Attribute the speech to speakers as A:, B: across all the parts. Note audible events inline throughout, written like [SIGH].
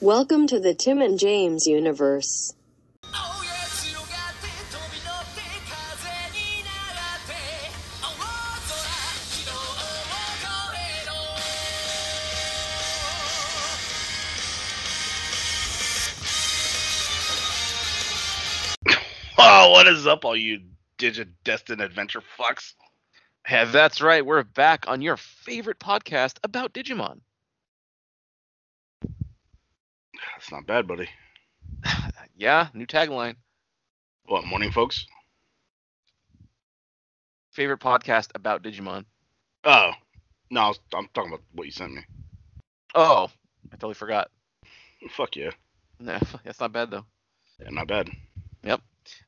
A: Welcome to the Tim and James universe.
B: Oh yes 強がって飛び乗って風になって青空昨日を超えろ
C: [LAUGHS] Oh, what is up, all you digit destined adventure fucks?
D: Yeah, that's right. We're back on your favorite podcast about Digimon.
C: That's not bad, buddy.
D: Yeah, new tagline.
C: What morning, folks?
D: Favorite podcast about Digimon.
C: Oh, no, I was, I'm talking about what you sent me.
D: Oh, I totally forgot. [LAUGHS]
C: Fuck yeah,
D: Nah, that's not bad though.
C: yeah not bad.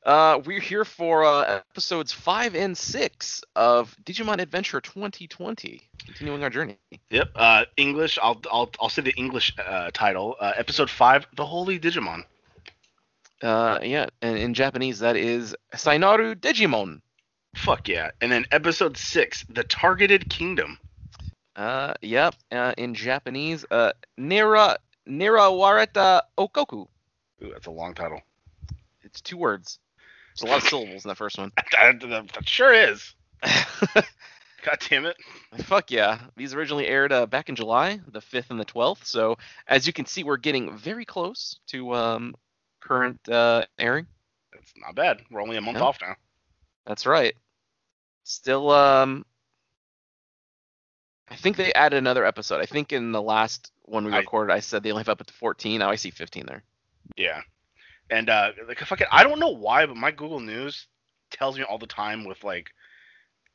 D: Uh, we're here for uh, episodes five and six of Digimon Adventure 2020, continuing our journey.
C: Yep. Uh, English. I'll I'll I'll say the English uh, title. Uh, episode five, the Holy Digimon.
D: Uh, yeah, and in Japanese that is Sainaru Digimon.
C: Fuck yeah. And then episode six, the Targeted Kingdom.
D: Uh, yep. Uh, in Japanese, uh, Nira Nirawareta Okoku.
C: Ooh, that's a long title. [LAUGHS]
D: It's two words. There's a lot of syllables in that first one.
C: that, that- that sure is.
D: [LAUGHS]
C: God damn it.
D: Fuck yeah. These originally aired uh, back in July, the 5th and the 12th. So, as you can see, we're getting very close to um, current uh, airing.
C: That's not bad. We're only a month
D: No.
C: off now.
D: That's right. Still, um, I think they added another episode. I think in the last one we
C: I-
D: recorded, I, said they only have up to 14. Now I see 15 there.
C: Yeah. And uh like fucking I don't know why, but my Google News tells me all the time with like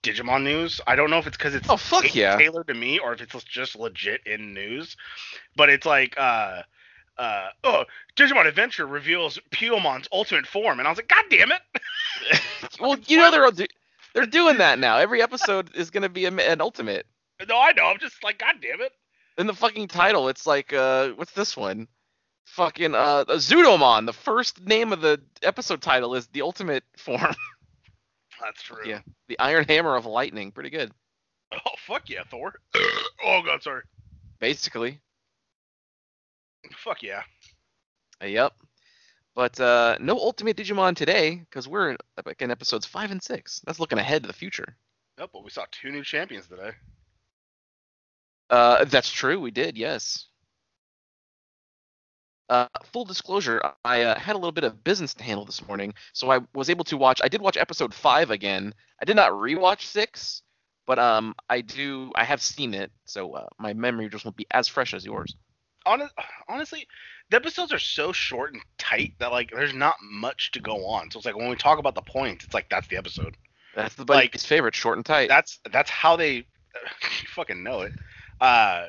C: Digimon news. I don't know if it's because it's
D: Oh, fuck
C: ta-
D: yeah.
C: tailored to me or if it's just legit in news. But it's like uh uh oh Digimon Adventure reveals Puyomon's ultimate form and I was like, God damn it. [LAUGHS]
D: Well, you know they're all do- they're doing that now. Every episode is gonna be a, an ultimate.
C: No, I know, I'm just like, God damn it.
D: in the fucking title, it's like, uh, what's this one? Fucking uh, Zudomon. The first name of the episode title is the ultimate form, [LAUGHS]
C: That's true.
D: Yeah. the Iron Hammer of Lightning. Pretty good,
C: [LAUGHS] Oh fuck yeah, Thor. [COUGHS] oh god, sorry.
D: basically.
C: Fuck yeah.
D: Uh, yep. But uh, no ultimate Digimon today, because we're in, like, in episodes five and six. That's looking ahead to the future.
C: Yep, but we saw two new champions today.
D: Uh, that's true. We did, yes. Uh, full disclosure, I uh, had a little bit of business to handle this morning, so I was able to watch. I did watch episode five again. I did not rewatch six, but um, I do. I have seen it, so uh, my memory just won't be as fresh as yours.
C: honest, honestly, the episodes are so short and tight that like there's not much to go on. So it's like when we talk about the points, it's like that's the episode.
D: That's the
C: Like-
D: buddy's favorite, short and tight.
C: That's that's how they [LAUGHS] you fucking know it. Uh,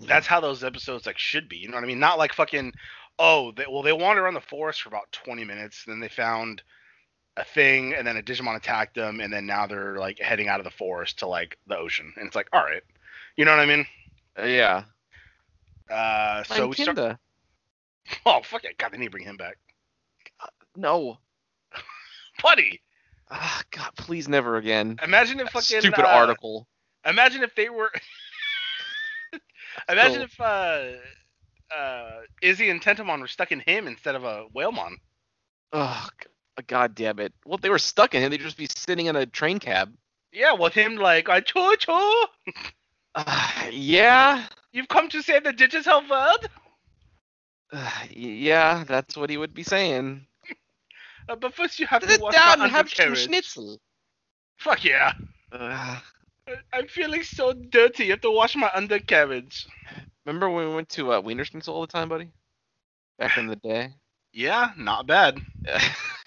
C: that's how those episodes like should be. You know what I mean? Not like fucking oh they, well they wandered around the forest for about 20 minutes, then they found a thing, and then a Digimon attacked them, and then now they're like heading out of the forest to like the ocean, and it's like all right, you know what I mean?
D: Uh, yeah.
C: Uh, so
D: Find
C: we start. [LAUGHS]
D: Kinda.
C: Oh fuck it, God, they need to bring him back,
D: No.
C: buddy.
D: Ah, God, please never again.
C: Imagine if
D: That
C: fucking
D: stupid
C: uh,
D: article.
C: Imagine if they were. [LAUGHS] imagine
D: Still-
C: if uh, uh, Izzy and Tentamon were stuck in him instead of a whalemon.
D: Ugh, g- God damn it. Well, if they were stuck in him, they'd just be sitting in a train cab.
C: Yeah, with him like I cho cho,
D: Uh, yeah,
C: you've come to save the digital world,
D: uh, y- yeah, that's what he would be saying.
C: uh, but first you have to
D: Sit
C: wash
D: down
C: the
D: and have some
C: undercarriage.
D: schnitzel. Uh,
C: Fuck yeah.
D: Ugh.
C: I- I'm feeling so dirty. You have to wash my undercarriage.
D: remember when we went to uh, Wiener Schnitzel all the time, buddy? Back in the day. [LAUGHS]
C: Yeah, not bad.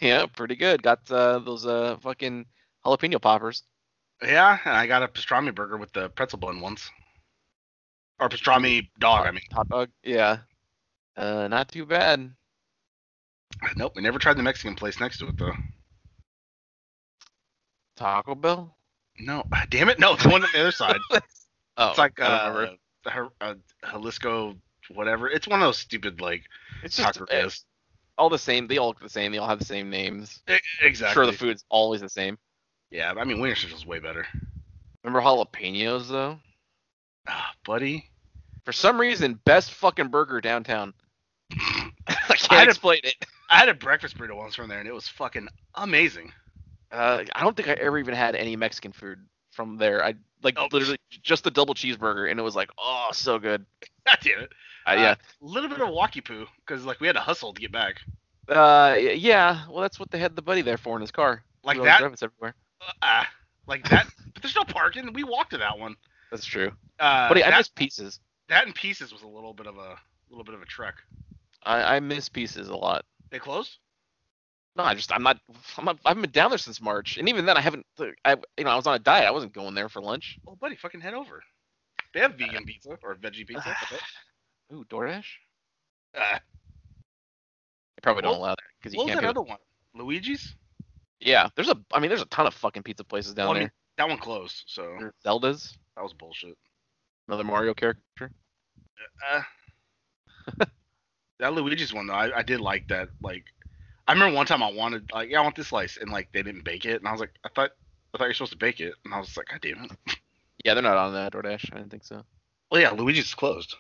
D: yeah, pretty good. Got uh, those uh, fucking jalapeno poppers.
C: Yeah, and I got a pastrami burger with the pretzel bun once. Or pastrami dog, I mean.
D: Hot dog. Yeah. Uh, not too bad.
C: Nope, we never tried the Mexican place next to it though.
D: Taco Bell.
C: No, [LAUGHS] damn it, no, the one on the other side.
D: [LAUGHS] Oh,
C: it's like
D: I don't
C: uh,
D: remember.
C: Har- uh, Jalisco, whatever. It's one of those stupid like
D: It's just uh,
C: taquerias.
D: all the same. They all look the same. They all have the same names.
C: E- Exactly.
D: Sure, the food's always the same.
C: Yeah, I mean Wiener Schnitzel's way better.
D: Remember jalapenos though?
C: Ah, buddy.
D: For some reason, best fucking burger downtown. [LAUGHS] I
C: I'd
D: can't
C: have-
D: explain it.
C: I had a breakfast burrito once from there, and it was fucking amazing. [LAUGHS]
D: Uh, I don't think I ever even had any Mexican food from there. I like
C: Oh.
D: literally j- just the double cheeseburger, and it was like, oh, so good.
C: God damn it.
D: Uh, yeah,
C: A little bit of walkie poo because like we had to hustle to get back.
D: uh, y- yeah. Well, that's what they had the buddy there for in his car.
C: Like
D: He always
C: that?
D: drove us everywhere.
C: Uh, like that. but there's no parking. We walked to that one.
D: That's true.
C: Uh,
D: buddy,
C: that,
D: I miss pieces.
C: that in pieces was a little bit of a little bit of a trek.
D: I, I miss pieces a lot.
C: They closed.
D: No, I just I'm not, I'm not. I haven't been down there since March, and even then I haven't. uh, I you know I was on a diet. I wasn't going there for lunch.
C: Oh, buddy, fucking head over. They have
D: Uh,
C: vegan pizza or veggie pizza. I
D: [LAUGHS]
C: bet.
D: Ooh, DoorDash.
C: Uh,
D: They probably don't
C: Well,
D: allow that because you
C: what was
D: can't.
C: that
D: Be with-
C: other one? Luigi's.
D: yeah, there's a. I mean, there's a ton of fucking pizza places down
C: Well, I mean,
D: there.
C: that one closed, so
D: There's Zelda's,
C: that was bullshit.
D: another Mario character.
C: Uh, that Luigi's one though, I, I did like that. Like, I remember one time I wanted like, yeah, I want this slice, and like they didn't bake it, and I was like, I thought, I thought you're supposed to bake it, and I was like, God damn it.
D: Yeah, they're not on uh, DoorDash. I didn't think so.
C: Well, yeah, Luigi's closed.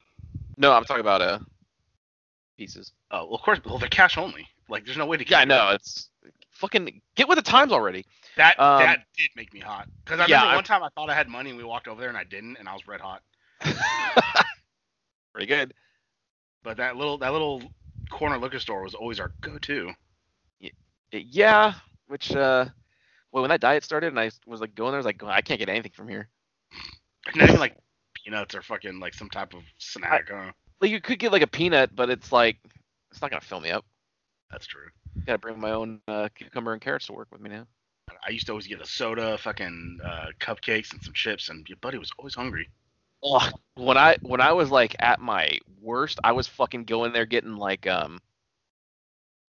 D: No, I'm talking about uh pieces.
C: Oh, well, of course. Well, they're cash only. Like, there's no way to.
D: Yeah, I know. It's fucking get with the times already. [LAUGHS]
C: That
D: Um,
C: that did make me hot because I
D: yeah,
C: remember
D: I-
C: one time I thought I had money and we walked over there and I didn't, and I was red hot.
D: Pretty good.
C: But that little that little corner liquor store was always our go-to.
D: Yeah, which uh, well, when that diet started and I was like going there, I was like, I can't get anything from here.
C: Not even [LAUGHS] like peanuts or fucking like some type of snack. huh?
D: Like you could get like a peanut, but it's like it's not gonna fill me up.
C: That's true.
D: Gotta bring my own uh, cucumber and carrots to work with me now.
C: I used to always get a soda, fucking uh, cupcakes, and some chips, and your buddy was always hungry.
D: Ugh, when I when I was like at my worst, I was fucking going there getting like um.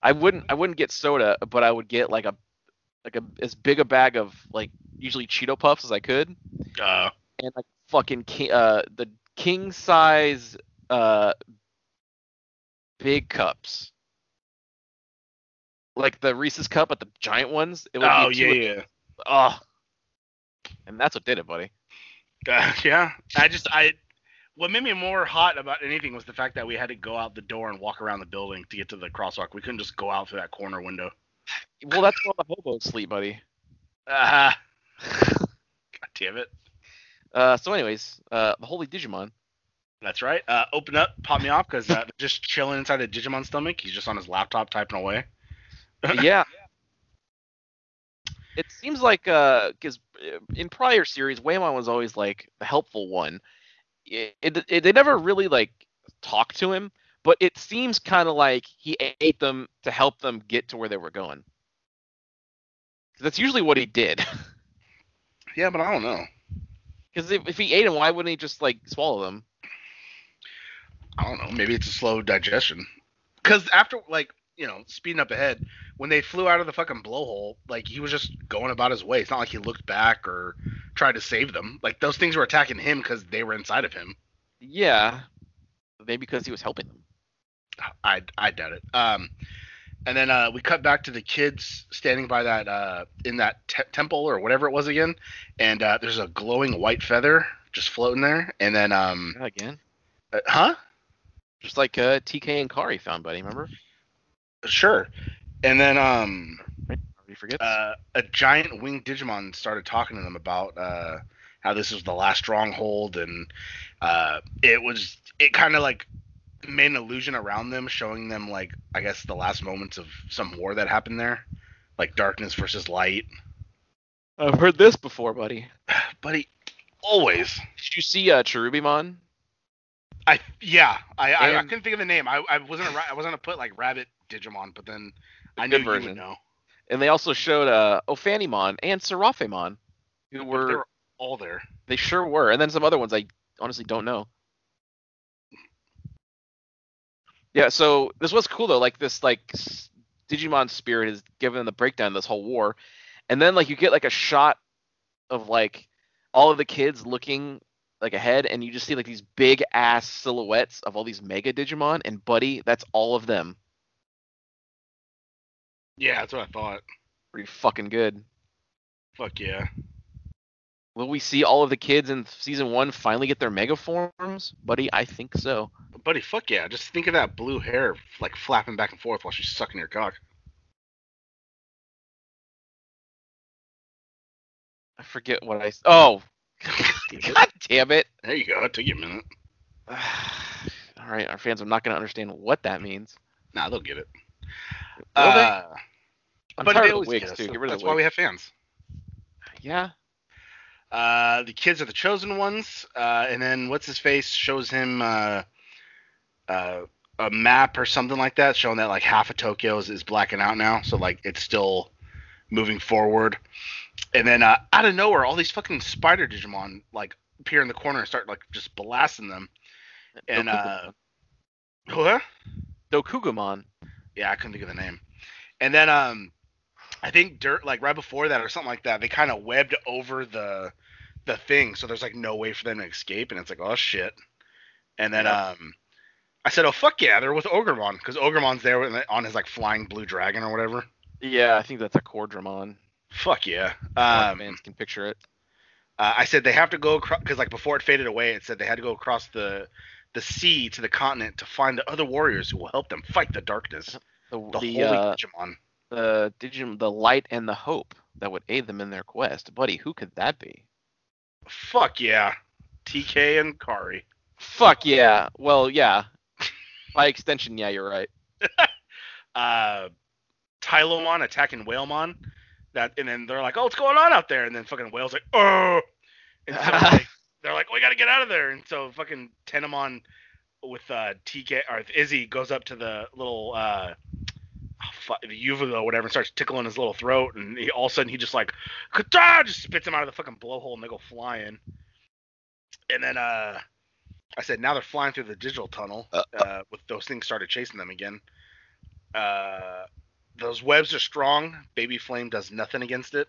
D: I wouldn't I wouldn't get soda, but I would get like a like a as big a bag of like usually Cheeto puffs as I could,
C: Uh,
D: and like fucking ki- uh the king size uh big cups. Like the Reese's cup, but the giant ones. It would
C: oh
D: be
C: yeah,
D: two of-
C: yeah,
D: Oh. And that's what did it, buddy.
C: Uh, yeah. [LAUGHS] I just I, what made me more hot about anything was the fact that we had to go out the door and walk around the building to get to the crosswalk. We couldn't just go out through that corner window.
D: Well, that's where all the hobos sleep, buddy. [LAUGHS]
C: Ah, God damn it.
D: Uh, so, anyways, uh, the holy Digimon.
C: That's right. Uh, open up, pop me off, because uh, just chilling inside a Digimon stomach. He's just on his laptop typing away.
D: [LAUGHS] yeah. It seems like because in prior series, Waymon was always like the helpful one. It, it, it- they never really like talked to him, but it seems kind of like he ate them to help them get to where they were going. 'Cause That's usually what he did. [LAUGHS]
C: Yeah, but I don't know.
D: Because if, if he ate them, why wouldn't he just like swallow them?
C: I don't know. Maybe it's a slow digestion. Because after, like, you know, speeding up ahead, when they flew out of the fucking blowhole, like, he was just going about his way. It's not like he looked back or tried to save them. Like, those things were attacking him because they were inside of him.
D: Yeah, maybe because he was helping them.
C: I, I doubt it. Um, and then uh, we cut back to the kids standing by that, uh, in that te- temple or whatever it was again. And uh, there's a glowing white feather just floating there. And then, um,
D: Again,
C: uh, huh?
D: just like uh, TK and Kari found, buddy. Remember?
C: Sure. And then, um,
D: Everybody forgets.
C: uh, a giant winged Digimon started talking to them about uh, how this was the last stronghold, and uh, it was it kind of like made an illusion around them, showing them like I guess the last moments of some war that happened there, like darkness versus light.
D: I've heard this before, buddy.
C: Buddy, always.
D: Did you see uh, Cherubimon?
C: I yeah, I I, I
D: And-
C: couldn't think of the name. I, I wasn't a ra- I was gonna put like rabbit Digimon, but then I knew
D: good
C: you would
D: version.
C: know.
D: And they also showed uh, Ophanimon and Seraphimon,
C: But
D: who
C: they
D: were
C: were all there.
D: they sure were, and then some other ones I honestly don't know. Yeah, so this was cool though. Like this, like s- Digimon Spirit is giving them the breakdown of this whole war, and then like you get like a shot of like all of the kids looking like ahead, and you just see like these big ass silhouettes of all these Mega Digimon, and Buddy, that's all of them.
C: Yeah, that's what I thought.
D: Pretty fucking good.
C: Fuck yeah.
D: Will we see all of the kids in season one finally get their mega forms, buddy? I think so.
C: Buddy, fuck yeah. Just think of that blue hair like flapping back and forth while she's sucking your cock.
D: I forget what I. s- Oh, [LAUGHS] god damn it! [SIGHS]
C: There you go. It took you a minute.
D: all right, our fans are not going to understand what that means.
C: Nah, they'll get it.
D: Will they?
C: Uh,
D: I'm
C: but
D: tired
C: they
D: of the
C: always get
D: wigs
C: us,
D: too.
C: so
D: Get rid of
C: That's
D: the
C: why we
D: wigs.
C: have fans.
D: Yeah.
C: Uh, the kids are the chosen ones, uh, and then what's his face shows him uh, uh, a map or something like that, showing that like half of Tokyo is, is blacking out now, so like it's still moving forward. And then uh, out of nowhere, all these fucking spider Digimon like appear in the corner and start like just blasting them. And uh,
D: Dokugamon.
C: what?
D: Dokugamon.
C: Yeah, I couldn't think of the name. And then um I think dirt like right before that or something like that, they kind of webbed over the the thing, so there's like no way for them to escape, and it's like, oh shit. And then
D: Yeah.
C: um I said, oh fuck yeah, they're with Ogremon because Ogremon's there with, on his like flying blue dragon or whatever.
D: Yeah, I think that's a Cordramon.
C: Fuck yeah.
D: Um,
C: Um,
D: fans can picture it.
C: uh, I said they have to go across because like before it faded away, it said they had to go across the the sea to the continent to find the other warriors who will help them fight the darkness.
D: The
C: The,
D: the,
C: holy
D: uh,
C: Digimon.
D: the Digim- the light and the hope that would aid them in their quest, buddy. Who could that be?
C: Fuck yeah. TK and Kari.
D: Fuck yeah. Well, yeah. By extension, yeah, you're right.
C: Uh Tylomon attacking Whalemon. That and then they're like, Oh, what's going on out there? And then fucking Whale's like, Oh and so like, they're like, We gotta get out of there and so fucking Tenemon with uh TK or with Izzy goes up to the little uh oh, fu- the uvula or whatever and starts tickling his little throat and he, all of a sudden he just like "Kata!" just spits him out of the fucking blowhole and they go flying and then uh i said now they're flying through the digital tunnel
D: Uh,
C: uh, with those things started chasing them again uh those webs are strong baby flame does nothing against it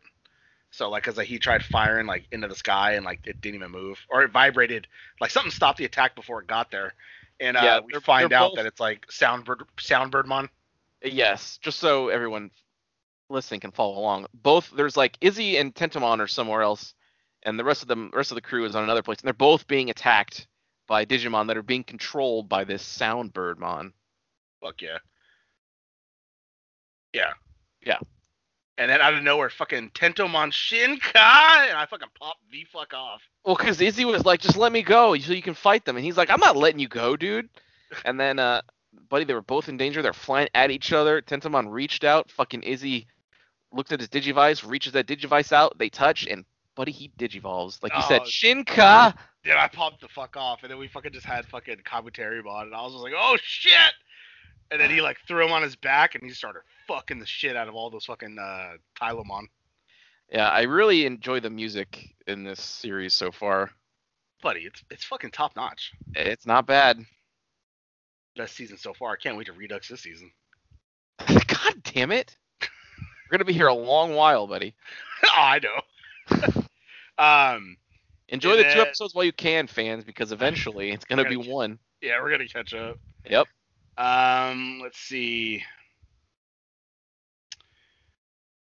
C: so like because like, he tried firing like into the sky and like it didn't even move or it vibrated like something stopped the attack before it got there and uh,
D: Yeah,
C: we
D: they're-
C: find
D: they're
C: out
D: both-
C: that it's like soundbird soundbirdmon
D: Yes, just so everyone listening can follow along. Both there's like Izzy and Tentamon are somewhere else, and the rest of them rest of the crew is on another place, and they're both being attacked by Digimon that are being controlled by this sound birdmon.
C: Fuck yeah. Yeah.
D: Yeah.
C: And then out of nowhere, fucking Tentomon Shinkai, and I fucking popped the fuck off.
D: Well, because Izzy was like, just let me go so you can fight them. And he's like, I'm not letting you go, dude. And then, uh, buddy, they were both in danger. They're flying at each other. Tentamon reached out. Fucking Izzy looked at his Digivice, reaches that Digivice out. They touch, and buddy, he Digivolves. Like you said,
C: Oh.
D: Shinka.
C: Then I popped the fuck off, and then we fucking just had fucking Kabuteribon, and I was just like, oh shit! And then he like threw him on his back, and he started fucking the shit out of all those fucking uh, Tylomon.
D: Yeah, I really enjoy the music in this series so far.
C: Buddy, it's it's fucking top notch.
D: It's not bad. [LAUGHS]
C: Best season so far. I can't wait to Redux this season. [LAUGHS]
D: God damn it. We're going to be here a long while, buddy.
C: oh, I know. [LAUGHS] um,
D: Enjoy
C: And
D: the two
C: then-
D: episodes while you can, fans, because eventually it's going to
C: We're
D: be
C: gonna-
D: one.
C: yeah, we're gonna catch up.
D: Yep.
C: Um, let's see.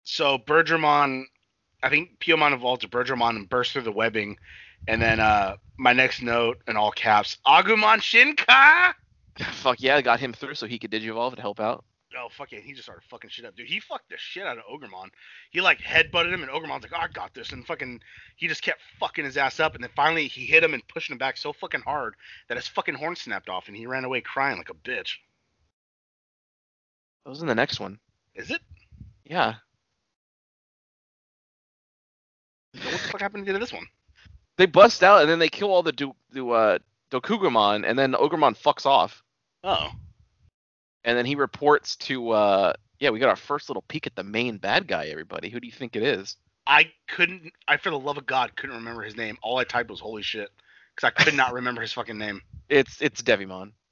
C: So Bergermon, I think Piomon evolved to Bergermon and burst through the webbing, and then uh, my next note in all caps: Agumon Shinkai.
D: [LAUGHS] Fuck yeah, I got him through so he could digivolve and help out.
C: Oh fucking, he just started fucking shit up, dude. He fucked the shit out of Ogremon. He like headbutted him, and Ogremon's like, "Oh, "I got this," and fucking, he just kept fucking his ass up, and then finally he hit him and pushed him back so fucking hard that his fucking horn snapped off, and he ran away crying like a bitch.
D: That was in the next one.
C: Is it?
D: Yeah.
C: What the fuck happened to this one?
D: They bust out and then they kill all the do do uh Dokugamon and then Ogremon fucks off.
C: Oh.
D: And then he reports to uh yeah, we got our first little peek at the main bad guy, everybody. Who do you think it is?
C: I couldn't. I for the love of God couldn't remember his name. All I typed was "holy shit" because I could not remember his fucking name.
D: It's it's Devimon. [LAUGHS]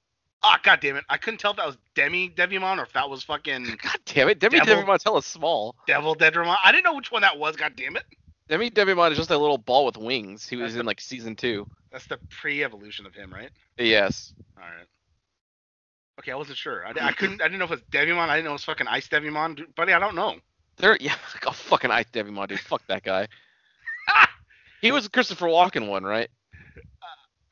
C: Ah, god damn it! I couldn't tell if that was Demi Devimon or if that was fucking
D: God damn it, Demi
C: Devil.
D: Devimon tell us small.
C: Devil Dedramon. I didn't know which one that was. God damn it!
D: Demi Devimon is just a little ball with wings who
C: That's
D: is in like season two.
C: That's the pre-evolution of him, right?
D: Yes.
C: All right. Okay, I wasn't sure. I, I couldn't. I didn't know if it was Devimon. I didn't know it was fucking Ice Devimon,
D: [LAUGHS]
C: Dude, buddy. I don't know. [LAUGHS]
D: There yeah, like a fucking I Devimon, dude. Fuck that guy. He was the Christopher Walken one, right?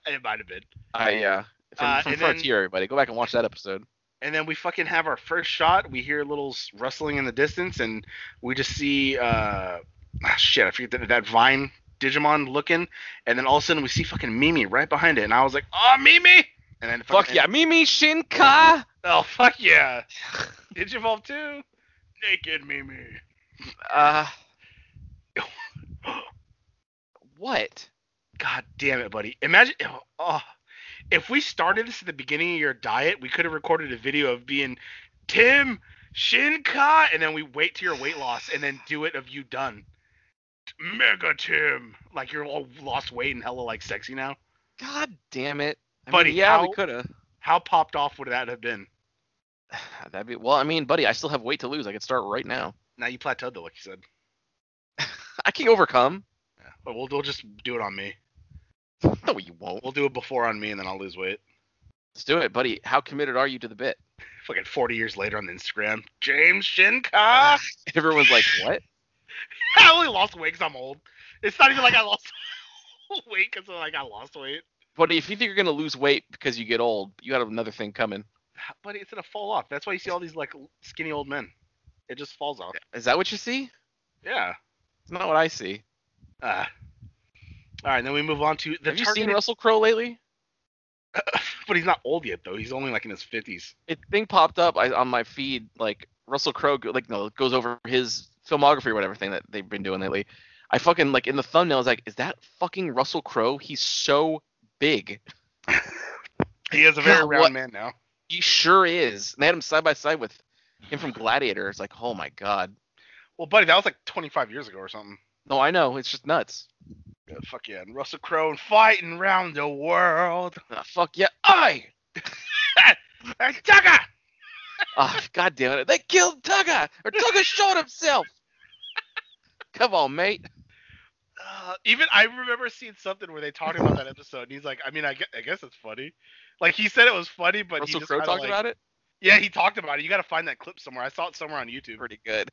C: It might have been.
D: I yeah. From,
C: Uh,
D: from
C: and then-
D: Frontier, everybody, go back and watch that episode.
C: And then we fucking have our first shot. We hear a little s- rustling in the distance, and we just see uh, ah, shit. I forget that, that vine Digimon looking, and then all of a sudden we see fucking Mimi right behind it, and I was like, "Oh, Mimi!" And then
D: Fuck
C: fucking-
D: yeah, Mimi Shinka.
C: Oh fuck yeah! [LAUGHS] Digivolve too. Naked Mimi.
D: Uh, [LAUGHS] what?
C: God damn it, buddy. Imagine oh, oh. if we started this at the beginning of your diet, we could have recorded a video of being Tim Shinka and then we wait to your weight loss and then do it of you done. Mega Tim. Like you're all lost weight and hella like sexy now.
D: God damn it. I mean,
C: Buddy,
D: yeah,
C: how-
D: we could have.
C: How popped off would that have been?
D: [SIGHS] That'd be well. I mean, buddy, I still have weight to lose. I could start right now. [LAUGHS]
C: Now you plateaued though, like you said.
D: I can overcome.
C: But we'll, we'll just do it on me.
D: No, you won't.
C: We'll do it before on me and then I'll lose weight.
D: Let's do it, buddy. How committed are you to the bit?
C: Fucking 40 years later on Instagram. James Shinka.
D: [LAUGHS] Everyone's like, what?
C: [LAUGHS] I only lost weight 'cause I'm old. It's not even like I lost [LAUGHS] weight because like I lost weight.
D: But if you think you're gonna lose weight because you get old, you got another thing coming.
C: But it's gonna fall off. That's why you see all these like skinny old men. It just falls off.
D: Is that what you see?
C: Yeah.
D: It's not what I see.
C: Uh, all right, then we move on to the
D: Have you
C: targeted.
D: seen Russell Crowe lately?
C: but he's not old yet though. He's only like in his fifties.
D: It thing popped up I, on my feed like Russell Crowe go- like no goes over his filmography or whatever thing that they've been doing lately. I fucking like in the thumbnail I was like, is that fucking Russell Crowe? He's so big.
C: He is a very
D: God,
C: round
D: what-
C: man now.
D: He sure is. And they had him side by side with him from Gladiator. It's like, oh my god.
C: Well, buddy, that was like 25 years ago or something.
D: No, I know. It's just nuts.
C: Yeah, fuck yeah, and Russell Crowe and fighting round the world.
D: Ah, fuck yeah. I.
C: And Tucker!
D: Oh, God damn it. They killed Tugger! Or Tugger shot himself! Come on, mate.
C: Uh, even I remember seeing something where they talked about that episode, and he's like, I mean, I guess, I guess it's funny. Like he said it was funny, but he
D: Russell
C: just
D: Crowe
C: kinda,
D: talked
C: like-
D: about it?
C: Yeah, he talked about it. You got to find that clip somewhere. I saw it somewhere on YouTube.
D: Pretty good.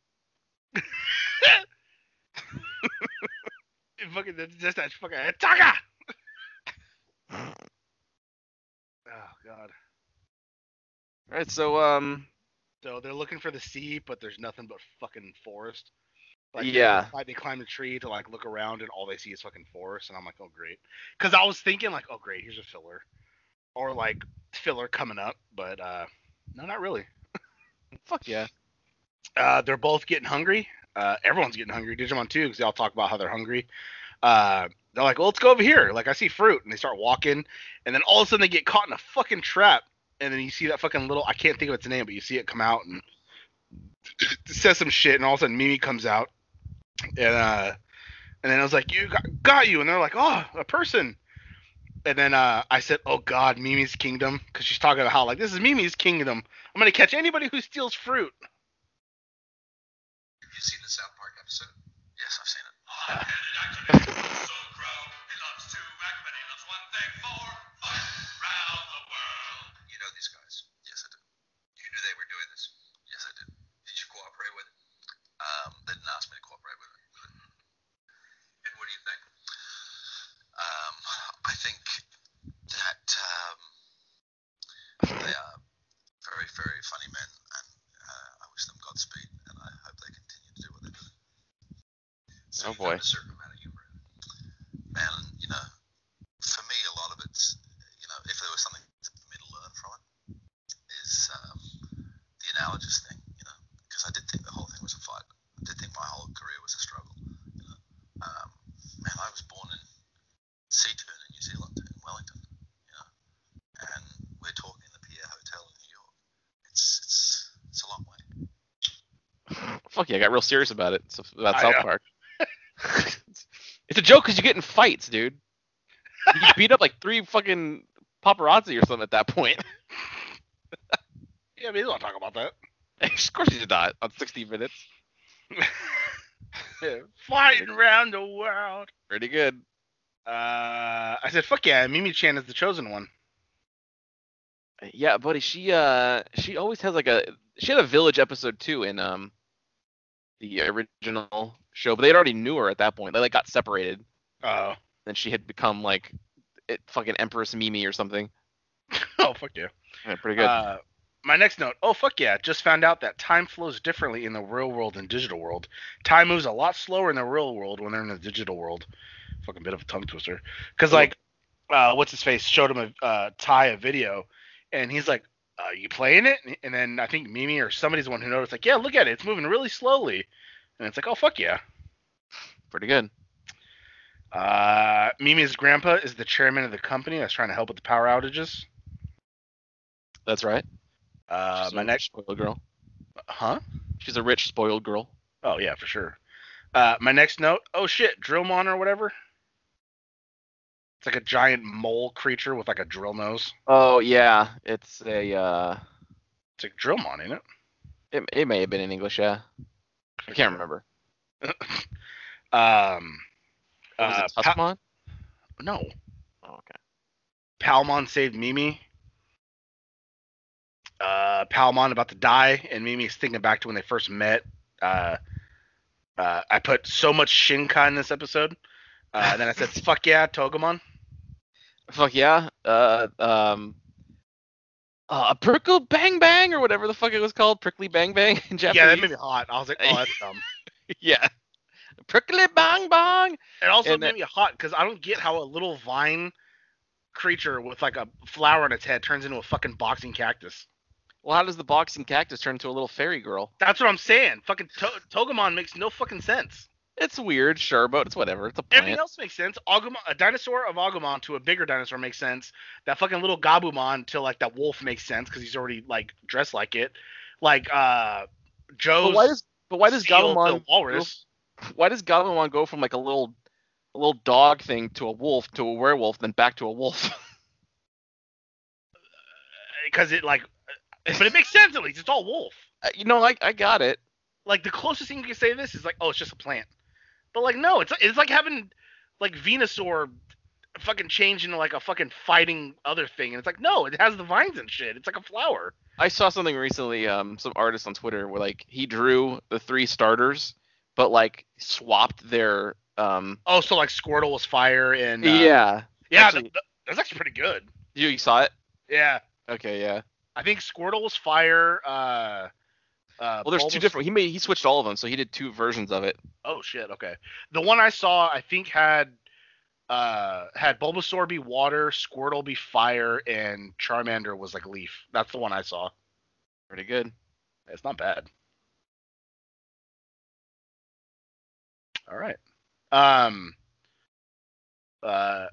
C: It [LAUGHS] fucking that's just that fucking Taka. oh god.
D: All right, so, um,
C: So they're looking for the sea, but there's nothing but fucking forest. they-
D: Yeah.
C: like, they climb a tree to like look around, and all they see is fucking forest. And I'm like, oh great, because I was thinking like, oh great, here's a filler, or like filler coming up, but uh, no, not really.
D: fuck yeah. [LAUGHS]
C: Uh, they're both getting hungry. Uh, everyone's getting hungry. Digimon too, because they all talk about how they're hungry. Uh, they're like, well, let's go over here. Like I see fruit, and they start walking, and then all of a sudden they get caught in a fucking trap, and then you see that fucking little I can't think of its name, but you see it come out and [LAUGHS] says some shit, and all of a sudden Mimi comes out, and uh, and then I was like, you got, got you, and they're like, oh, a person. And then uh, I said, "Oh God, Mimi's kingdom," because she's talking about how like this is Mimi's kingdom. I'm gonna catch anybody who steals fruit.
E: Have you seen the South Park episode? Yes, I've seen it. You know these guys? Yes, I do. You knew they were doing this? Yes, I did. Did you cooperate with it? Um, they didn't ask me to cooperate with it. And what do you think? Um, I think that um, they are very, very funny men, and uh, I wish them Godspeed, and I hope they continue to do what they do.
D: Oh,
E: So you've
D: boy.
E: got a certain amount of humor. in it. And you know, for me, a lot of it's you know, if there was something for me to learn from it, is um, the analogous thing, you know, because I did think the whole thing was a fight. I did think my whole career was a struggle. You know, um, man, I was born in Seaturn in New Zealand, in Wellington, you know, and we're talking the Pierre Hotel in New York. It's it's it's a long way.
D: Fuck yeah, I got real serious about it. So, about
C: I
D: South
C: know.
D: Park. [LAUGHS] it's a joke because you get in fights, dude. You beat up like three fucking paparazzi or something at that point. [LAUGHS]
C: Yeah, we don't talk about that. [LAUGHS]
D: of course you did not on 60 Minutes.
C: Fighting around the world.
D: Pretty good.
C: Uh, I said, fuck yeah, Mimi Chan is the chosen one.
D: Yeah, buddy, she uh she always has like a she had a village episode too in um the original show, but they already knew her at that point. They like got separated.
C: Oh,
D: Then she had become like it, fucking Empress Mimi or something.
C: [LAUGHS] oh, fuck yeah.
D: Yeah, pretty good.
C: Uh, my next note. Oh fuck yeah! Just found out that time flows differently in the real world and digital world. Time moves a lot slower in the real world when they're in the digital world. Fucking bit of a tongue twister. Cause like, uh, what's his face showed him a uh, Ty a video, and he's like, "Are you playing it?" And- And then I think Mimi or somebody's the one who noticed, like, "Yeah, look at it. It's moving really slowly." And it's like, "Oh fuck yeah!"
D: pretty good.
C: Uh, Mimi's grandpa is the chairman of the company that's trying to help with the power outages.
D: That's right.
C: Uh,
D: She's a
C: my
D: rich
C: next,
D: spoiled girl.
C: huh?
D: She's a rich spoiled girl.
C: Oh yeah, for sure. Uh, my next note. Oh shit, Drillmon or whatever. It's like a giant mole creature with like a drill nose.
D: Oh yeah, it's a. Uh,
C: It's like Drillmon, ain't it?
D: it, it may have been in English. Yeah, I can't remember.
C: Um,
D: What was
C: uh,
D: it
C: Pa-
D: Tusmon?
C: no,
D: oh, okay.
C: Palmon saved Mimi. Uh, Palmon about to die, and Mimi's thinking back to when they first met. Uh, uh, I put so much Shinkai in this episode. Uh, and then I said, "Fuck yeah, Togemon."
D: Fuck yeah. Uh, um, uh, a prickle bang bang or whatever the fuck it was called, prickly bang bang in Japanese.
C: Yeah, that made me hot. I was like, "Oh, [LAUGHS] that's dumb."
D: [LAUGHS] yeah. Prickly bang bang.
C: It also
D: And
C: made
D: that-
C: me hot because I don't get how a little vine creature with like a flower on its head turns into a fucking boxing cactus.
D: Well, how does the boxing cactus turn into a little fairy girl?
C: That's what I'm saying. Fucking to- Togemon makes no fucking sense.
D: It's weird, sure, but it's whatever. It's a
C: Everything
D: plant.
C: else makes sense. Agumon, a dinosaur of Agumon to a bigger dinosaur makes sense. That fucking little Gabumon to like that wolf makes sense because he's already like dressed like it. Like uh, Joe's.
D: But why does but why does
C: seal to
D: Gabumon
C: walrus?
D: why does Gabumon go from like a little a little dog thing to a wolf to a werewolf then back to a wolf? [LAUGHS]
C: Because it like, but it makes sense at least. It's all wolf.
D: you know, I I got it.
C: like the closest thing you can say to this is like, oh, it's just a plant. But like, no, it's it's like having like Venusaur fucking change into like a fucking fighting other thing, and it's like, no, it has the vines and shit. It's like a flower.
D: I saw something recently. Um, some artist on Twitter where like he drew the three starters, but like swapped their um.
C: Oh, so like Squirtle was fire, and uh,
D: yeah.
C: yeah,
D: actually-
C: th- th- that's actually pretty good.
D: You, you saw it?
C: Yeah,
D: Okay, yeah.
C: I think Squirtle was fire. Uh, uh,
D: Well, there's two
C: Bulbas-
D: different. He made he switched all of them, so he did two versions of it.
C: Oh shit, okay. The one I saw, I think had uh had Bulbasaur be water, Squirtle be fire, and Charmander was like leaf. That's the one I saw.
D: Pretty good.
C: It's not bad. All right. Um. Uh,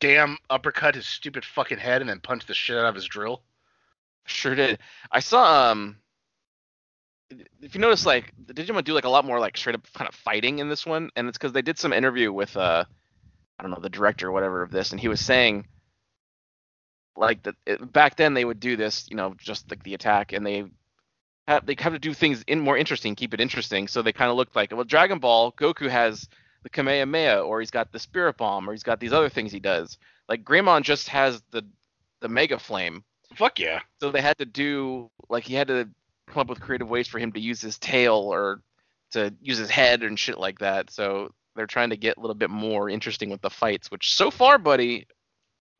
C: damn! Uppercut his stupid fucking head and then punch the shit out of his drill.
D: Sure did. I saw um. If you notice, like the Digimon do like a lot more like straight up kind of fighting in this one, and it's because they did some interview with uh, I don't know the director or whatever of this, and he was saying like that it, back then they would do this, you know, just like the attack, and they have they have to do things in more interesting, keep it interesting. So they kind of looked like well, Dragon Ball Goku has the Kamehameha, or he's got the Spirit Bomb, or he's got these other things he does. Like Greymon just has the the Mega Flame,
C: Fuck yeah!
D: so they had to do like he had to come up with creative ways for him to use his tail or to use his head and shit like that. So they're trying to get a little bit more interesting with the fights, which so far, buddy,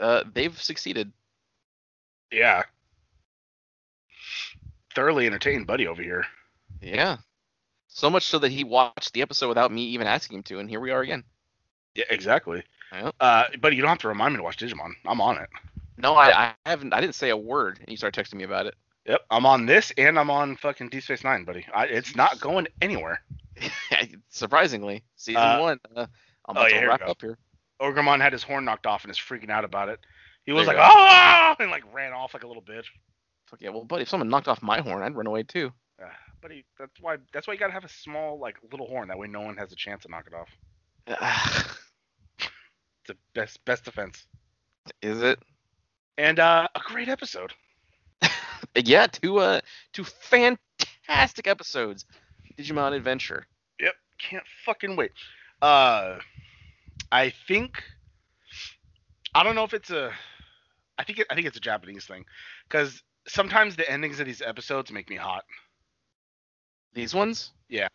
D: uh, they've succeeded.
C: Yeah. Thoroughly entertained, buddy, over here.
D: Yeah. So much so that he watched the episode without me even asking him to, and here we are again.
C: Yeah, exactly.
D: Yeah.
C: Uh, buddy, you don't have to remind me to watch Digimon. I'm on it.
D: No, I, I haven't. I didn't say a word, and you started texting me about it. [LAUGHS]
C: Yep, I'm on this, and I'm on fucking Deep Space Nine, buddy. I, it's not going anywhere.
D: Surprisingly, season
C: Uh,
D: one. Uh, I'm
C: oh,
D: about
C: yeah, here
D: to
C: we
D: wrap
C: go.
D: up here.
C: Ogremon had his horn knocked off and is freaking out about it. He was
D: There
C: like,
D: you go.
C: "Ah!" and like ran off like a little bitch.
D: Fuck yeah. Well, buddy, if someone knocked off my horn, I'd run away too.
C: Uh, but he, that's why that's why you gotta have a small like little horn. That way, no one has a chance to knock it off. It's the best best defense.
D: [SIGHS] Is it?
C: And uh, a great episode.
D: yeah, two uh two fantastic episodes. Digimon Adventure.
C: Yep, can't fucking wait. Uh, I think I don't know if it's a. I think it, I think it's a Japanese thing, because sometimes the endings of these episodes make me hot.
D: These ones?
C: Yeah.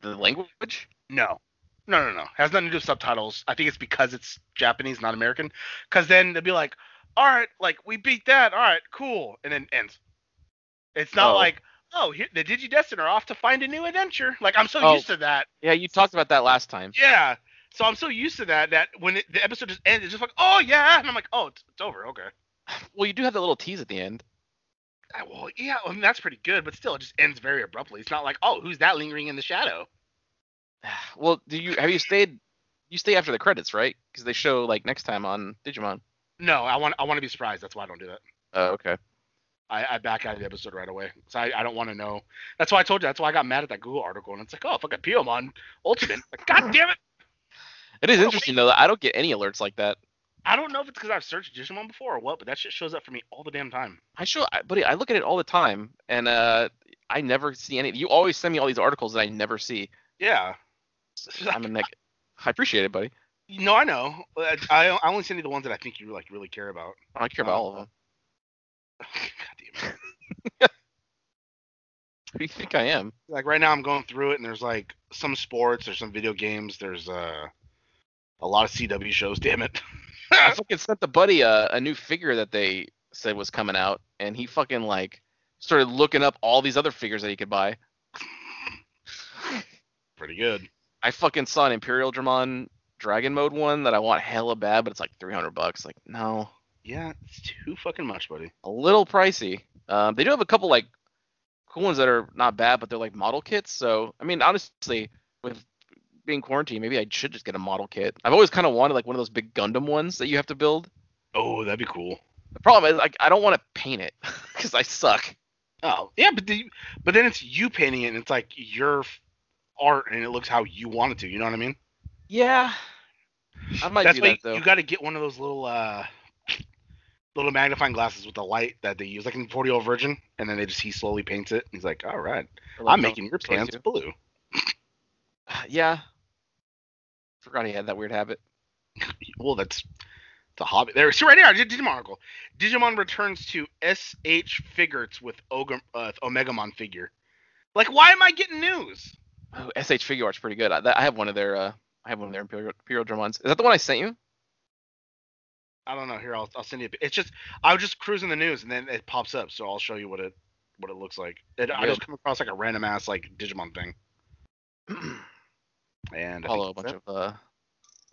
D: The language?
C: No, No, no, no. Has nothing to do with subtitles. I think it's because it's Japanese, not American. Because then they'll be like, all right, like we beat that. All right, cool, and then ends. It's not
D: Oh.
C: like, oh, here, the Digidestin are off to find a new adventure. Like I'm so
D: Oh.
C: used to that.
D: Yeah, you talked about that last time.
C: Yeah. So I'm so used to that that when it, the episode just ends, it's just like, oh yeah, and I'm like, oh, it's, it's over. Okay.
D: Well, you do have that little tease at the end. [SIGHS]
C: Ah, Well, yeah, I mean, that's pretty good, but still, it just ends very abruptly. It's not like, oh, who's that lingering in the shadow?
D: Well, do you have you stayed? You stay after the credits, right? Because they show like next time on Digimon.
C: No, I want I want to be surprised. That's why I don't do that.
D: Oh, okay.
C: I, I back out of the episode right away. So I, I don't want to know. That's why I told you. That's why I got mad at that Google article. And it's like, oh, fucking Piomon Ultimate. Like, God damn it.
D: It is interesting though. That I don't get any alerts like that.
C: I don't know if it's because I've searched Digimon before or what, but that shit shows up for me all the damn time.
D: I show, I- buddy. I look at it all the time, and uh, I never see any. You always send me all these articles that I never see.
C: Yeah. [LAUGHS]
D: I'm a neck. I appreciate it, buddy.
C: No, I know. I, I I only send you the ones that I think you like really care about.
D: I care about all of them.
C: God damn it.
D: Who do [LAUGHS] you think I am?
C: Like right now, I'm going through it, and there's like some sports, there's some video games, there's uh, a lot of CW shows. [LAUGHS] Damn it.
D: I fucking sent the buddy a, a new figure that they said was coming out, and he fucking like started looking up all these other figures that he could buy.
C: Pretty good.
D: I fucking saw an Imperial Dramon Dragon Mode one that I want hella bad, but it's like 300 bucks. Like, no,
C: Yeah, it's too fucking much, buddy.
D: a little pricey. Um, they do have a couple like cool ones that are not bad, but they're like model kits. So, I mean, honestly, with being quarantined, maybe I should just get a model kit. I've always kind of wanted like one of those big Gundam ones that you have to build.
C: Oh, that'd be cool.
D: The problem is like I don't want to paint it [LAUGHS] because I suck.
C: Oh yeah, but the, but then it's you painting it, and it's like your f- art, and it looks how you want it to. You know what I mean?
D: Yeah, I might
C: That's
D: do
C: why
D: that
C: you-
D: though.
C: you got to get one of those little uh, [LAUGHS] little magnifying glasses with the light that they use, like in 40 Old Virgin, and then they just he slowly paints it. And he's like, all right,
D: Or, like,
C: I'm making your
D: Colour
C: pants
D: Two.
C: blue.
D: [SIGHS] Yeah, forgot he had that weird habit.
C: Well, that's it's a hobby. There, see right here, Dig- Digimon article. Digimon returns to SH figures with Ogre, uh, Omegamon figure. Like, why am I getting news?
D: Oh, SH Figure Art's pretty good. I, that, I have one of their uh, I have one of their Imperial, Imperial Drum ones. Is that the one I sent you?
C: I don't know. Here, I'll, I'll send you. a pic- It's just I was just cruising the news and then it pops up, so I'll show you what it what it looks like. It, I
D: Good.
C: just come across like a random ass like Digimon thing, [CLEARS THROAT] and I
D: Follow a
C: think
D: bunch
C: that's
D: of uh,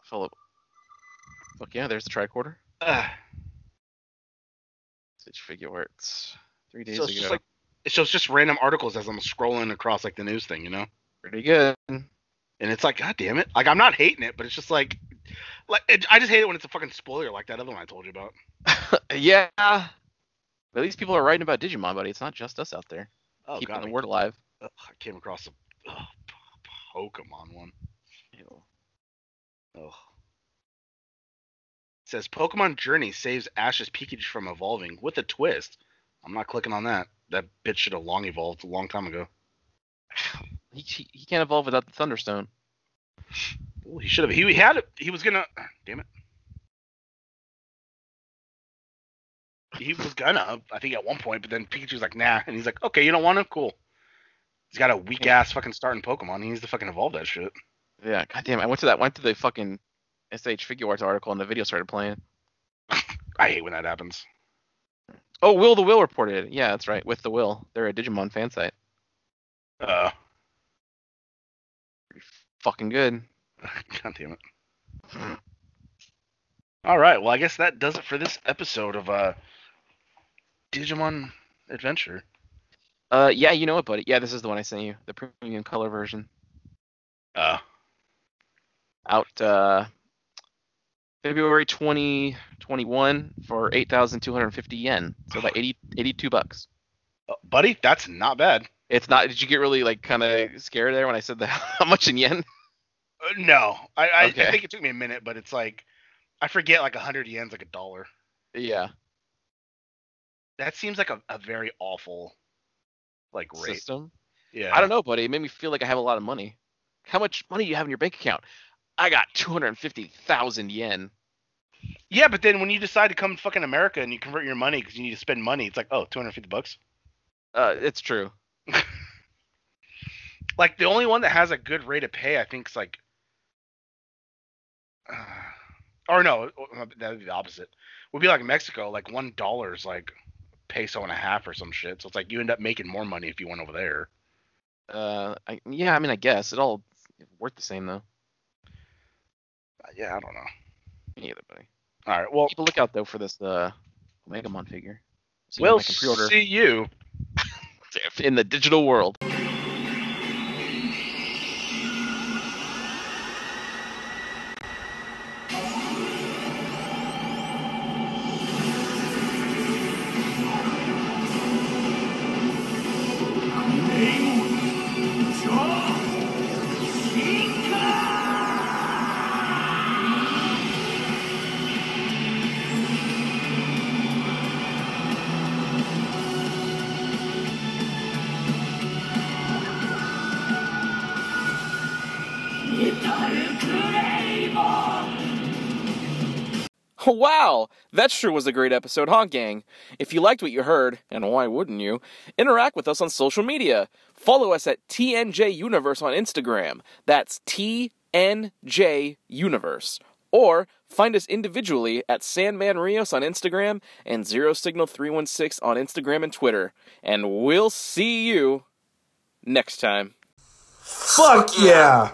D: follow. Fuck yeah, there's the tricorder.
C: it. Ugh.
D: SH Figure Arts. Three days
C: so it's
D: ago.
C: just like so it's just random articles as I'm scrolling across like the news thing, you know.
D: pretty good.
C: And it's like, god damn it! Like I'm not hating it, but it's just like, like it, I just hate it when it's a fucking spoiler like that other one I told you about.
D: yeah. But at least people are writing about Digimon, buddy. It's not just us out there.
C: Oh
D: Keeping
C: god,
D: the
C: I-
D: word alive.
C: ugh, I came across a ugh, p- Pokemon one. Oh. It says Pokemon Journey saves Ash's Pikachu from evolving with a twist. I'm not clicking on that. That bitch should have long evolved a long time ago.
D: He, he, he can't evolve without the Thunderstone.
C: Ooh, he should have. He, he had it. He was gonna. Damn it. He was gonna. I think at one point, but then Pikachu's like, nah, and he's like, okay, you don't want him? Cool. He's got a weak ass fucking starting Pokemon. He needs to fucking evolve that shit.
D: Yeah, goddamn. I went to that. Went to the fucking SH Figure Arts article, and the video started playing.
C: I hate when that happens.
D: Oh, Will the Will reported it. Yeah, that's right. With the Will, they're a Digimon fan site.
C: Uh, [LAUGHS]
D: Fucking good.
C: God damn it. All right. Well, I guess that does it for this episode of uh, Digimon Adventure.
D: Uh, yeah, you know what, buddy? Yeah, this is the one I sent you, the premium color version.
C: Uh,
D: Out uh, February 2021 for 8,250 yen, so about 80, 82 bucks.
C: uh, buddy, that's not bad.
D: It's not. Did you get really like kind of scared there when I said that? [LAUGHS] How much in yen?
C: Uh, no, I, I,
D: Okay.
C: I think it took me a minute, but it's like I forget like hundred yen's like a dollar.
D: Yeah.
C: That seems like a, a very awful like rate.
D: System.
C: Yeah.
D: I don't know, buddy. It made me feel like I have a lot of money. How much money do you have in your bank account? I got 250,000 yen.
C: Yeah, but then when you decide to come to fucking America and you convert your money because you need to spend money, it's like oh, 250 bucks.
D: Uh, it's true.
C: Like the only one that has a good rate of pay, I think, is like or no, uh, that would be the opposite. Would be like Mexico, like one dollar is like peso and a half or some shit. So it's like you end up making more money if you went over there.
D: Uh, I, yeah, I mean, I guess it all worked the same though.
C: Uh, Yeah, I don't know.
D: Me either, buddy.
C: All right, well,
D: Keep a lookout though for this uh, Omegamon figure. See if
C: we'll
D: I can pre-order
C: see you.
D: in the digital world. [LAUGHS] Wow, that sure was a great episode, huh, gang? If you liked what you heard, and why wouldn't you, interact with us on social media. Follow us at TNJ Universe on Instagram. That's TNJ Universe. Or find us individually at Sandman Rios on Instagram and Zero Signal 316 on Instagram and Twitter. And we'll see you next time.
F: Fuck yeah.